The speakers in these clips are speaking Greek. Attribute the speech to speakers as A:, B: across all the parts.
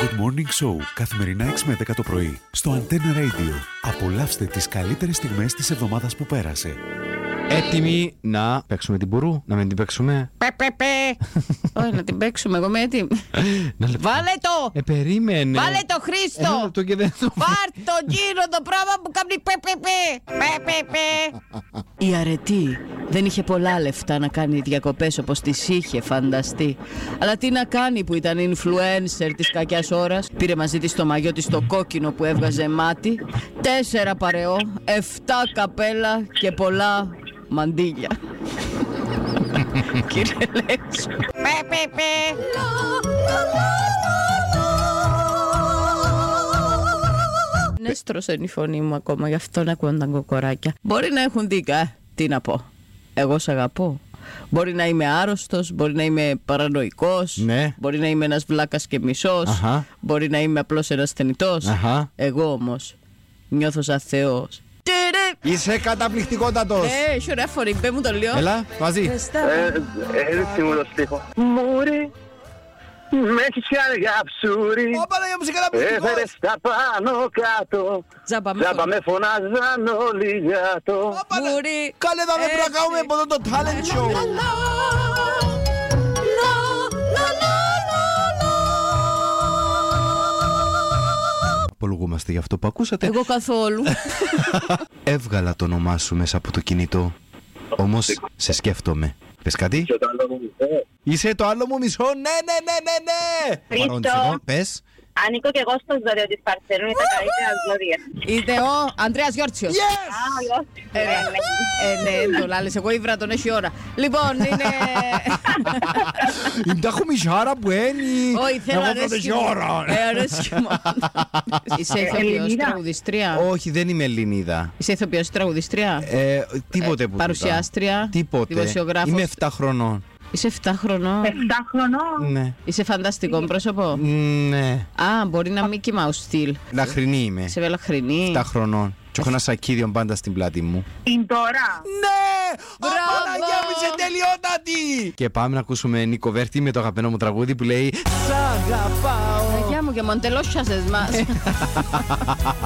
A: Good Morning Show, καθημερινά 6 με 10 το πρωί, στο Antenna Radio. Απολαύστε τις καλύτερες στιγμές της εβδομάδας που πέρασε.
B: Έτοιμοι να παίξουμε την πουρού, να μην την παίξουμε.
C: Πε, πε, πε. Όχι, να την παίξουμε. Εγώ είμαι έτοιμη.
B: Να λεπτό.
C: Βάλε το!
B: Ε, περίμενε.
C: Βάλε το
B: Ένα
C: Χρήστο!
B: λεπτό και δεν το
C: Πάρ το γύρο το πράγμα που κάνει πε, πε, πε. Πε, πε, πε. Η αρετή δεν είχε πολλά λεφτά να κάνει διακοπές όπως τις είχε φανταστεί. Αλλά τι να κάνει που ήταν influencer της κακιάς ώρας. Πήρε μαζί της το μαγιό της το κόκκινο που έβγαζε μάτι. Τέσσερα παρεό, εφτά καπέλα και πολλά μαντίλια. Κύριε Λέξο. Πε, πε, πε. Είναι στρώσεν Ναι, η φωνή μου ακόμα, γι' αυτό να ακούνε τα κοκοράκια. Μπορεί να έχουν δίκα, ε, τι να πω. Εγώ σ' αγαπώ. Μπορεί να είμαι άρρωστος, μπορεί να είμαι παρανοϊκός,
B: Ναι.
C: μπορεί να είμαι ένας βλάκας και μισός,
B: Αχα.
C: μπορεί να είμαι απλώς ένας θνητός.
B: Αχα.
C: Εγώ όμως νιώθω σαν θεός. Τυρι!
B: Είσαι καταπληκτικότατος.
C: Ε, σωρά φορή, πέ μου το λίγο.
B: Έλα, μαζί.
D: Έτσι μου Ε, το στίχο. Μουρι, με έχεις κάνει για ψούρι.
B: Ω, Παναγία μου, είσαι
C: Ε,
D: Έφερε
B: καταπληκτικός.
D: τα Ε, πάνω κάτω.
C: Τζάμπα με.
D: Τζάμπα με φωνάζαν όλοι για το.
B: Ω, Παναγία.
C: Μουρή.
B: Καλέ, θα με πρέπει να κάνουμε
C: Έτσι.
B: από εδώ το talent
C: Ε,
B: show. Απολογούμαστε για αυτό που ακούσατε.
C: Ε, Εγώ καθόλου.
B: Έβγαλα το όνομά σου μέσα από το κινητό. Όμως σε σκέφτομαι. Πες κάτι.
D: Και το άλλο μου, ε,
B: Είσαι το άλλο μου μισό. Ναι, ναι, ναι, ναι, ναι.
E: Χρήστο.
B: Παρόντισο, Πες.
E: Ανήκω και εγώ στο ζώδιο της Παρθενού, τα καλύτερα ζώδια.
C: Είτε ο Ανδρέας Γιώργιος.
E: Α, όχι.
C: Ε, ναι, ε, ναι, το λάλες. Εγώ ήβρα τον έχει ώρα. Λοιπόν, είναι...
B: Είναι τα χουμιζάρα που ένι.
C: Όχι, θέλω
B: Εγώ
C: αρέσκει
B: πρώτη
C: μου.
B: ώρα.
C: Ε, αρέσκει μου. Είσαι ηθοποιός
E: Ελληνίδα.
C: τραγουδιστρία.
B: Όχι, δεν είμαι Ελληνίδα.
C: Είσαι ηθοποιός τραγουδιστρία.
B: Ε, τίποτε που.
C: παρουσιάστρια,
B: Τίποτε.
C: δημοσιογράφος.
B: Είμαι 7 χρονών.
C: Είσαι 7 χρονών.
E: Εφτά χρονών.
B: Ναι.
C: Είσαι φανταστικό πρόσωπο.
B: Ναι.
C: Α, μπορεί να Mickey Mouse στυλ.
B: Λαχρινή είμαι.
C: Σε βελαχρινή.
B: 7 χρονών. Και έχω ένα σακίδιο πάντα στην πλάτη μου.
E: Την τώρα.
B: Ναι!
C: Μπράβο! Παναγιά μου, είσαι
B: τελειότατη! Και πάμε να ακούσουμε Νίκο Βέρτη με το αγαπημένο μου τραγούδι που λέει
C: Αγιά μου και μοντελόσιασες μας.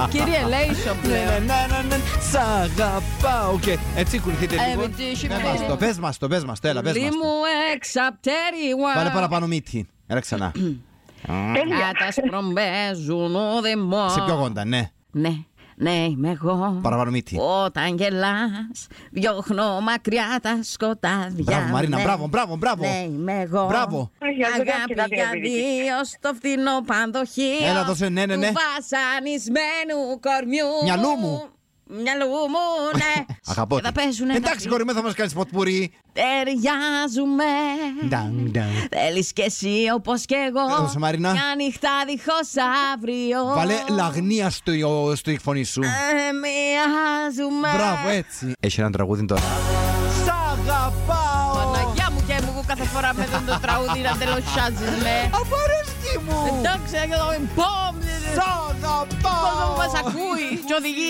C: Κύριε Λέισον
B: Ναι,
C: πλέον.
B: Σ' αγαπάω και έτσι κουνηθείτε
C: Ε,
B: λίγο.
C: μην τύχει,
B: Ναι,
C: παιδί.
B: μας το, Πες μας το, πες μας το, έλα, πες
C: Λί
B: μας το.
C: μου εξαπτέρι.
B: Πάρε παραπάνω μύτη. Έλα ξανά. Ε,
E: Τέλεια.
C: Κατασπρομπέζουν ο δαιμός.
B: Σε πιο γόντα, ναι.
C: Ναι, ναι είμαι εγώ.
B: Παραπάνω μύτη.
C: Όταν γελάς, διώχνω μακριά τα σκοτάδια.
B: Μπράβο, Μαρίνα,
C: Ναι,
B: μπράβο, μπράβο, μπράβο.
C: Ναι, είμαι εγώ.
B: Μπράβο.
C: Αγάπη για δύο στο φθηνό πανδοχείο
B: Έλα, δώσε, ναι, ναι, ναι.
C: Του βασανισμένου κορμιού
B: Μυαλού μου.
C: Μυαλού μου, ναι
B: Αγαπώ.
C: Και θα
B: την.
C: παίζουνε
B: Εντάξει,
C: να
B: κορυμέ, θα μας κάνεις ποτπουρί.
C: Ταιριάζουμε
B: Νταν, νταν.
C: Θέλεις κι εσύ όπως κι εγώ
B: Ε, Δώσε, Μαρίνα.
C: Μια νύχτα δίχως αύριο
B: Βάλε λαγνία στο, στο η φωνή σου.
C: Ε, Μοιάζουμε
B: Μπράβο, ε. έτσι. Έχει ένα τραγούδι τώρα. Σ' αγαπάω.
C: Παναγιά μου και μου κάθε φορά με τον το τραγούδι να τελοσιάζεις με
B: Απαρέσκει μου.
C: Εντάξει, και το μπομ
B: Σ' αγαπάω.
C: Κόσμο που μας ακούει και οδηγεί